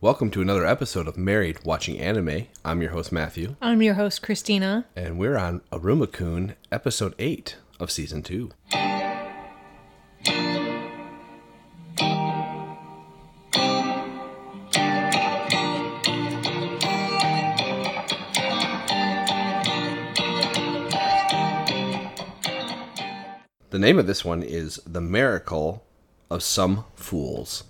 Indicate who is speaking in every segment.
Speaker 1: Welcome to another episode of Married Watching Anime. I'm your host, Matthew,
Speaker 2: I'm your host, Christina.
Speaker 1: and we're on Aruma Kun, episode 8 of season 2. The name of this one is The Miracle of Some Fools.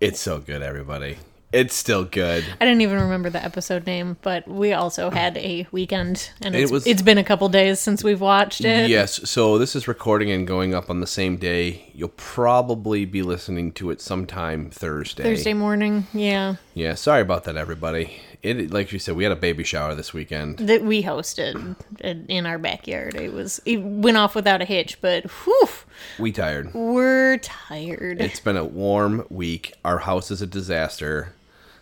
Speaker 1: It's so good, everybody. It's still good.
Speaker 2: I didn't even remember the episode name, but we also had a weekend, and
Speaker 1: It
Speaker 2: it's,
Speaker 1: was-
Speaker 2: it's been a couple days since we've watched it.
Speaker 1: Yes. So this is recording and going up on the same day. You'll probably be listening to it sometime Thursday.
Speaker 2: Thursday morning, yeah,
Speaker 1: Yeah. Sorry about that, everybody. It like you said, we had a baby shower this weekend.
Speaker 2: that we hosted in in our backyard. It was it went off without a hitch, but whew,
Speaker 1: We tired.
Speaker 2: we're tired.
Speaker 1: It's been a warm week. Our house is a disaster.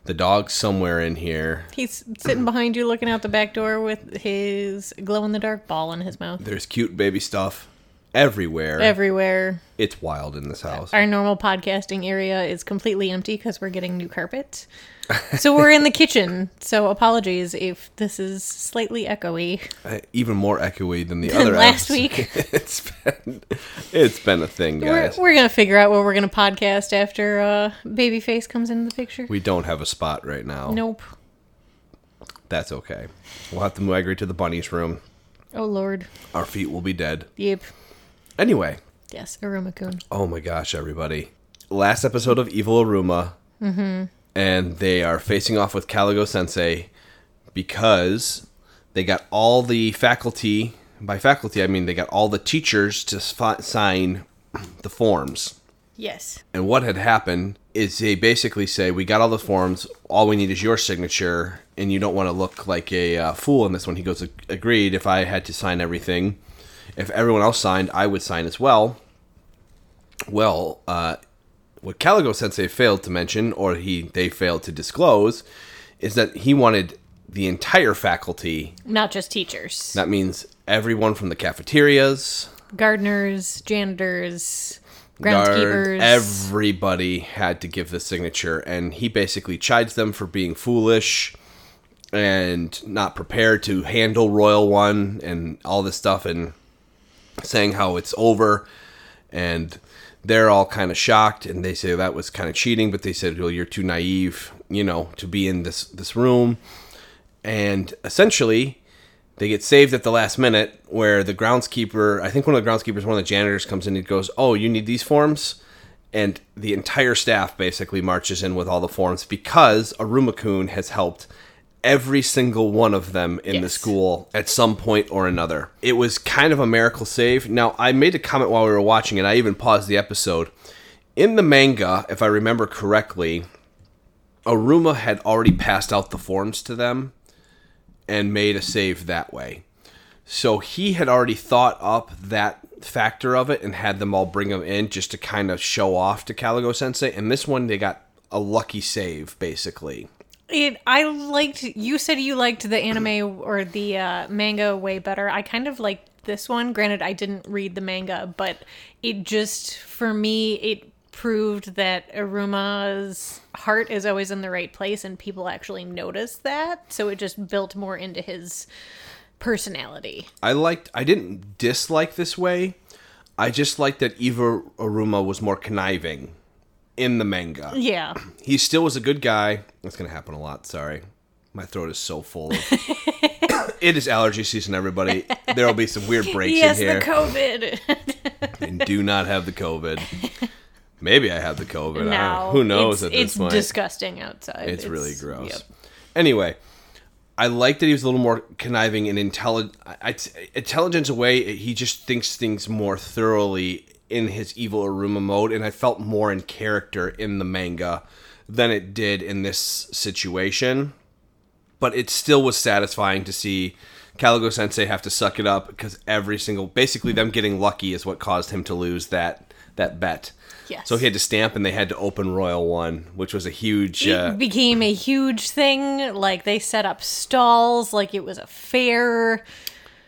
Speaker 1: The dog's somewhere in here.
Speaker 2: He's sitting behind you, looking out the back door with his glow in the dark ball in his mouth.
Speaker 1: There's cute baby stuff everywhere.
Speaker 2: Everywhere,
Speaker 1: it's wild in this house.
Speaker 2: our normal podcasting area is completely empty because we're getting new carpet. So we're in the kitchen. So apologies if this is slightly echoey.
Speaker 1: Uh, Even more echoey than the othan other
Speaker 2: last
Speaker 1: episodes.
Speaker 2: week.
Speaker 1: it's been it's been a thing,
Speaker 2: We're,
Speaker 1: guys.
Speaker 2: we're gonna figure out what we're gonna podcast after uh, Babyface comes into the picture.
Speaker 1: we don't have a spot right now.
Speaker 2: nope.
Speaker 1: That's okay. We'll have to migrate to the bunny's room.
Speaker 2: Oh Lord.
Speaker 1: Our feet will be dead.
Speaker 2: Yep.
Speaker 1: Anyway,
Speaker 2: Yes, Arumakun.
Speaker 1: oh my gosh, everybody. Last episode of Evil Aruma. Mm-hmm. And they are facing off with Caligo Sensei because they got all the faculty. By faculty, I mean they got all the teachers to sfi- sign the forms.
Speaker 2: Yes.
Speaker 1: And what had happened is they basically say, "We got all the forms. All we need is your signature, and you don't want to look like a uh, fool in this one." He goes, "Ag- "Agreed. If I had to sign everything, if everyone else signed, I would sign as well." Well, uh, what Caligo Sensei failed to mention, or he they failed to disclose, is that he wanted the entire faculty.
Speaker 2: Not just teachers.
Speaker 1: That means everyone from the cafeterias,
Speaker 2: Gardeners, janitors,
Speaker 1: guard,
Speaker 2: groundskeepers.
Speaker 1: Everybody had to give the signature, and he basically chides them for being foolish and not prepared to handle Royal One and all this stuff, and saying how it's over. And they're all kind of shocked, and they say that was kind of cheating, but they said, "Well, you're too naive, you know, to be in this this room." And essentially, they get saved at the last minute where the groundskeeper i think one of the groundskeepers one of the janitors comes in and goes oh you need these forms and the entire staff basically marches in with all the forms because arumakun has helped every single one of them in the
Speaker 2: Yes.
Speaker 1: school at some point or another it was kind of a miracle save now i made a comment while we were watching it i even paused the episode in the manga if i remember correctly aruma had already passed out the forms to them and made a save that way. So he had already thought up that factor of it and had them all bring him in just to kind of show off to Caligo Sensei. And this one, they got a lucky save, basically.
Speaker 2: It, I liked. You said you liked the anime or the uh, manga way better. I kind of liked this one. Granted, I didn't read the manga, but it just for me it proved that Aruma's heart is always in the right place, and people actually noticed that. So it just built more into his personality.
Speaker 1: I liked. I didn't dislike this way. I just liked that Eva Aruma was more conniving in the manga.
Speaker 2: Yeah,
Speaker 1: He still was a good guy. That's gonna happen a lot. Sorry, my throat is so full. Of... it is allergy season, everybody. There will be some weird breaks
Speaker 2: yes,
Speaker 1: in here.
Speaker 2: the COVID.
Speaker 1: and do not have the COVID. Maybe I have the COVID. I
Speaker 2: now
Speaker 1: don't, who knows
Speaker 2: It's,
Speaker 1: at this
Speaker 2: it's
Speaker 1: point?
Speaker 2: disgusting outside.
Speaker 1: it's, really gross.
Speaker 2: yep.
Speaker 1: Anyway, I like that he was a little more conniving and intelligent. Intelligence away, he just thinks things more thoroughly in his evil Aruma mode, and I felt more in character in the manga than it did in this situation. But it still was satisfying to see Caligo Sensei have to suck it up because every single, basically, them getting lucky is what caused him to lose that that bet.
Speaker 2: Yes.
Speaker 1: So he had to stamp, and they had to open Royal One, which was a huge. uh,
Speaker 2: it became a huge thing. Like they set up stalls, like it was a fair.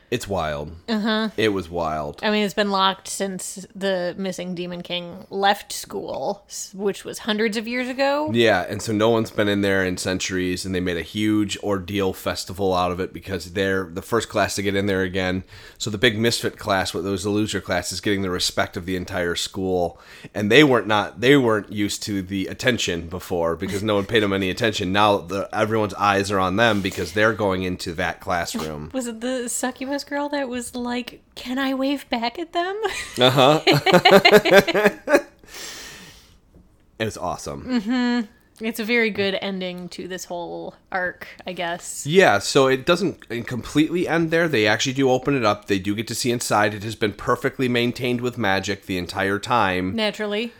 Speaker 1: It's wild. It was wild.
Speaker 2: I mean, it's been locked since the missing Demon King left school, s- which was hundreds of years ago.
Speaker 1: Yeah, and so no one's been in there in centuries, and they made a huge ordeal festival out of it because they're the first class to get in there again. So the big misfit class, what those the loser class, is getting the respect of the entire school, and they weren't not they weren't used to the attention before because no one paid them any attention. Now the, everyone's eyes are on them because they're going into that classroom.
Speaker 2: Was it the succubus girl that was like, "Can I wave back at them?"
Speaker 1: It was awesome.
Speaker 2: it's a very good ending to this whole arc, I guess.
Speaker 1: Yeah, so it doesn't completely end there. They actually do open it up. They do get to see inside. It has been perfectly maintained with magic the entire time.
Speaker 2: Naturally,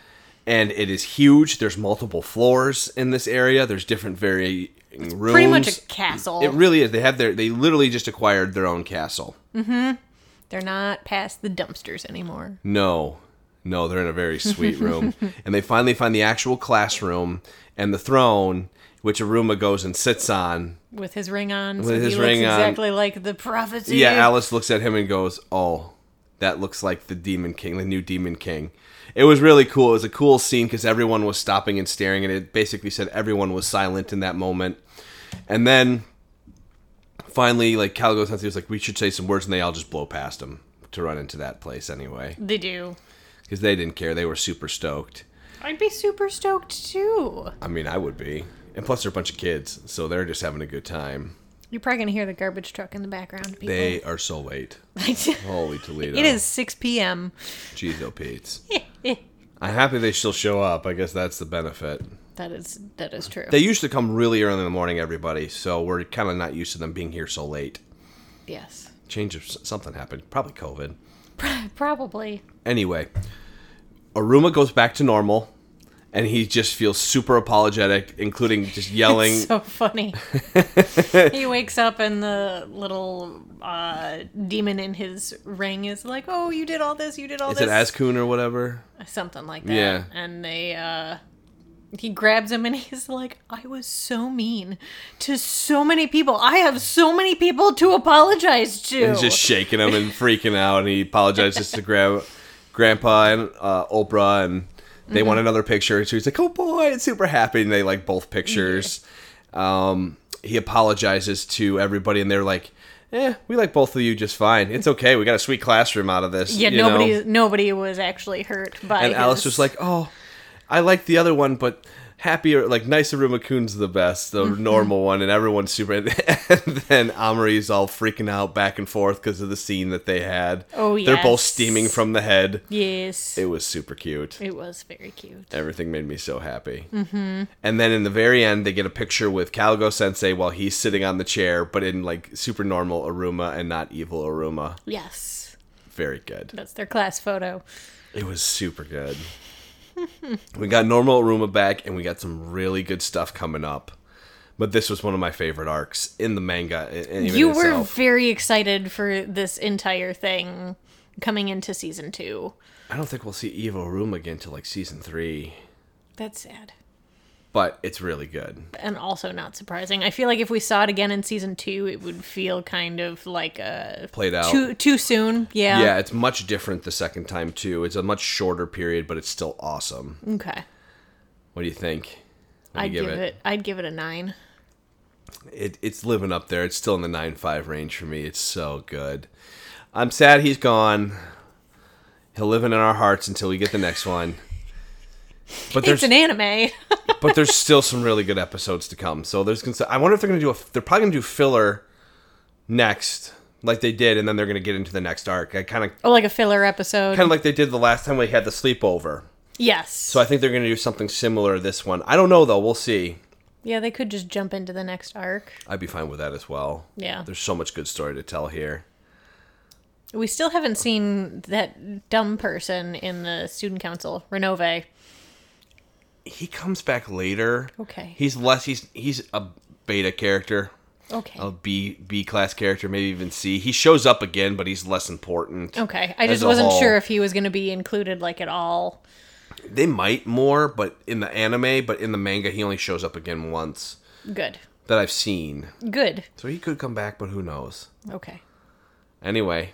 Speaker 1: and it is huge. There's multiple floors in this area. There's different varying rooms.
Speaker 2: pretty much a castle.
Speaker 1: It really is. They have their. They literally just acquired their own castle.
Speaker 2: They're not past the dumpsters anymore.
Speaker 1: No, no, they're in a very sweet room, and they finally find the actual classroom and the throne, which Aruma goes and sits on.
Speaker 2: With his ring on, so
Speaker 1: With his
Speaker 2: he
Speaker 1: ring
Speaker 2: looks
Speaker 1: on.
Speaker 2: exactly like the prophecy.
Speaker 1: Yeah, Alice looks at him and goes, "Oh, that looks like the Demon King, the new Demon King." It was really cool. It was a cool scene because everyone was stopping and staring, and it basically said everyone was silent in that moment. And then finally, like Calgo Sensei was like, "We should say some words," and they all just blow past him to run into that place anyway
Speaker 2: they do.
Speaker 1: because they didn't care. They were super stoked.
Speaker 2: I'd be super stoked too.
Speaker 1: I mean, I would be. And plus, they're a bunch of kids, so they're just having a good time.
Speaker 2: You're probably gonna hear the garbage truck in the background. People.
Speaker 1: They are so late.
Speaker 2: it
Speaker 1: Holy Toledo!
Speaker 2: is 6 p.m.
Speaker 1: Jeez, oh, Pete's. I'm happy they still show up. I guess that's the benefit.
Speaker 2: That is that is true.
Speaker 1: They used to come really early in the morning, everybody, so we're kind of not used to them being here so late.
Speaker 2: yes,
Speaker 1: Change of something happened, probably COVID.
Speaker 2: probably.
Speaker 1: Anyway, Aruma goes back to normal, and he just feels super apologetic, including just yelling.
Speaker 2: It's so funny. he wakes up and the little uh, demon in his ring is like, "Oh, you did all this. You did all
Speaker 1: is it
Speaker 2: this."
Speaker 1: Ascoon or whatever?
Speaker 2: Something like that.
Speaker 1: Yeah.
Speaker 2: And they uh, he grabs him and he's like, "I was so mean to so many people. I have so many people to apologize to."
Speaker 1: He's just shaking him and freaking out, and he apologizes to gra- Grandpa and uh, Oprah, and they want
Speaker 2: Mm-hmm.
Speaker 1: another picture. So he's like, "Oh boy!" and super happy, and they like both pictures. Um, he apologizes to everybody, and they're like, "Eh, we like both of you just fine. It's okay. We got a sweet classroom out of this."
Speaker 2: yeah,
Speaker 1: you know?
Speaker 2: nobody nobody was actually hurt by
Speaker 1: And Alice
Speaker 2: his-
Speaker 1: was like, "Oh, I like the other one, but." Happier, like nicer Aruma Kun's the best, the
Speaker 2: Mm-hmm.
Speaker 1: normal one, and everyone's super. And then Amory's all freaking out back and forth because of the scene that they had.
Speaker 2: Oh,
Speaker 1: They're both
Speaker 2: yes.
Speaker 1: steaming from the head.
Speaker 2: "Yes."
Speaker 1: It was super cute.
Speaker 2: It was very cute.
Speaker 1: Everything made me so happy. Mm-hmm. And then in the very end, they get a picture with Calgo Sensei while he's sitting on the chair, but in like super normal Aruma and not evil Aruma.
Speaker 2: Yes.
Speaker 1: Very good.
Speaker 2: That's their class photo.
Speaker 1: It was super good. we got normal Aruma back, and we got some really good stuff coming up. But this was one of my favorite arcs in the manga. and- and even
Speaker 2: you were
Speaker 1: itself.
Speaker 2: very excited for this entire thing coming into season two.
Speaker 1: I don't think we'll see evil Aruma again till like season three,
Speaker 2: That's sad.
Speaker 1: but it's really good.
Speaker 2: And also not surprising. I feel like if we saw it again in season two, it would feel kind of like a
Speaker 1: Played out.
Speaker 2: too too soon. Yeah.
Speaker 1: Yeah, it's much different the second time too. It's a much shorter period, but it's still awesome.
Speaker 2: Okay.
Speaker 1: What do you think? What do
Speaker 2: I'd
Speaker 1: you
Speaker 2: give it. I'd give it a nine.
Speaker 1: it. It's living up there. It's still in the nine five range for me. It's so good. I'm sad he's gone. He'll live in our hearts until we get the next one. But there's
Speaker 2: It's an anime.
Speaker 1: but there's still some really good episodes to come. So there's gonna. I wonder if they're gonna do a. They're probably gonna do filler next, like they did, and then they're gonna get into the next arc. I kind of
Speaker 2: or like a filler episode.
Speaker 1: kind of like they did the last time we had the sleepover.
Speaker 2: yes.
Speaker 1: So I think they're going to do something similar to this one. I don't know though. We'll see.
Speaker 2: yeah, they could just jump into the next arc.
Speaker 1: I'd be fine with that as well.
Speaker 2: Yeah.
Speaker 1: There's so much good story to tell here.
Speaker 2: We still haven't seen that dumb person in the student council, Renove.
Speaker 1: He comes back later.
Speaker 2: Okay.
Speaker 1: He's less. He's he's a beta character,
Speaker 2: Okay.
Speaker 1: a B B class character, maybe even C. He shows up again, but he's less important.
Speaker 2: Okay, I
Speaker 1: as
Speaker 2: just
Speaker 1: a
Speaker 2: wasn't
Speaker 1: whole.
Speaker 2: sure if he was going to be included like at all.
Speaker 1: They might more, but in the anime, but in the manga, he only shows up again once
Speaker 2: Good,
Speaker 1: that I've seen.
Speaker 2: good.
Speaker 1: So he could come back, but who knows?
Speaker 2: Okay,
Speaker 1: Anyway,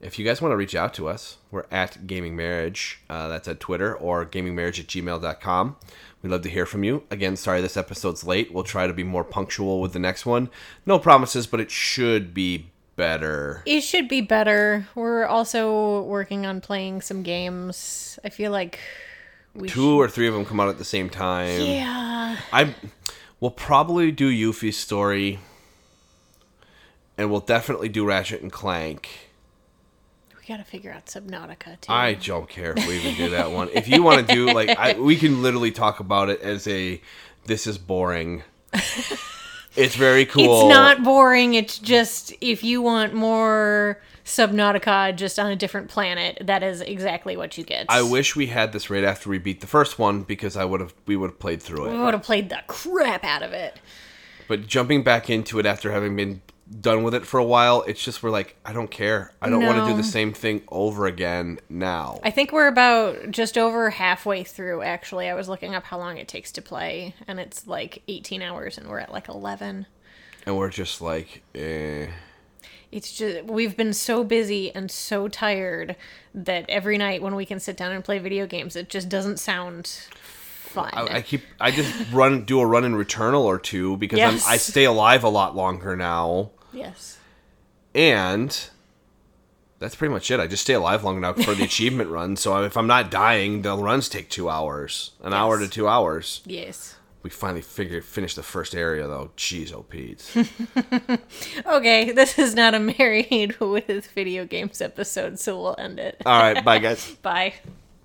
Speaker 1: if you guys want to reach out to us, we're at Gaming Marriage. Uh, that's at Twitter or gamingmarriage at gmail.com. We'd love to hear from you. Again, sorry this episode's late. We'll try to be more punctual with the next one. No promises, but it should be better.
Speaker 2: It should be better. We're also working on playing some games. I feel like we
Speaker 1: Two or three of them come out at the same time.
Speaker 2: should. Yeah.
Speaker 1: I will probably do Yuffie's story, and we'll definitely do Ratchet and Clank.
Speaker 2: We got to figure out Subnautica too.
Speaker 1: I don't care if we even do that one. If you want to do like, I, we can literally talk about it as a this is boring. It's very cool.
Speaker 2: It's not boring. It's just if you want more Subnautica just on a different planet, that is exactly what you get.
Speaker 1: I wish we had this right after we beat the first one because I would have we would have played through it.
Speaker 2: would have played the crap out of it.
Speaker 1: But jumping back into it after having been done with it for a while, it's just we're like, I don't care. I don't want to do
Speaker 2: No.
Speaker 1: the same thing over again now.
Speaker 2: I think we're about just over halfway through, actually. I was looking up how long it takes to play, and it's like 18 hours, and we're at like 11.
Speaker 1: and we're just like, eh.
Speaker 2: It's just, we've been so busy and so tired that every night when we can sit down and play video games, it just doesn't sound fun.
Speaker 1: I, I keep I just run do a run and returnal or two because
Speaker 2: Yes.
Speaker 1: I'm, I stay alive a lot longer now,
Speaker 2: yes.
Speaker 1: and that's pretty much it. I just stay alive long enough for the achievement run. So if I'm not dying, the runs take two hours, an hour to
Speaker 2: Yes.
Speaker 1: two hours.
Speaker 2: Yes.
Speaker 1: We finally figured finished the first area though. Jeez, oh Pete.
Speaker 2: Okay, this is not a married with video games episode, so we'll end it.
Speaker 1: Uh, All right, bye guys.
Speaker 2: Bye.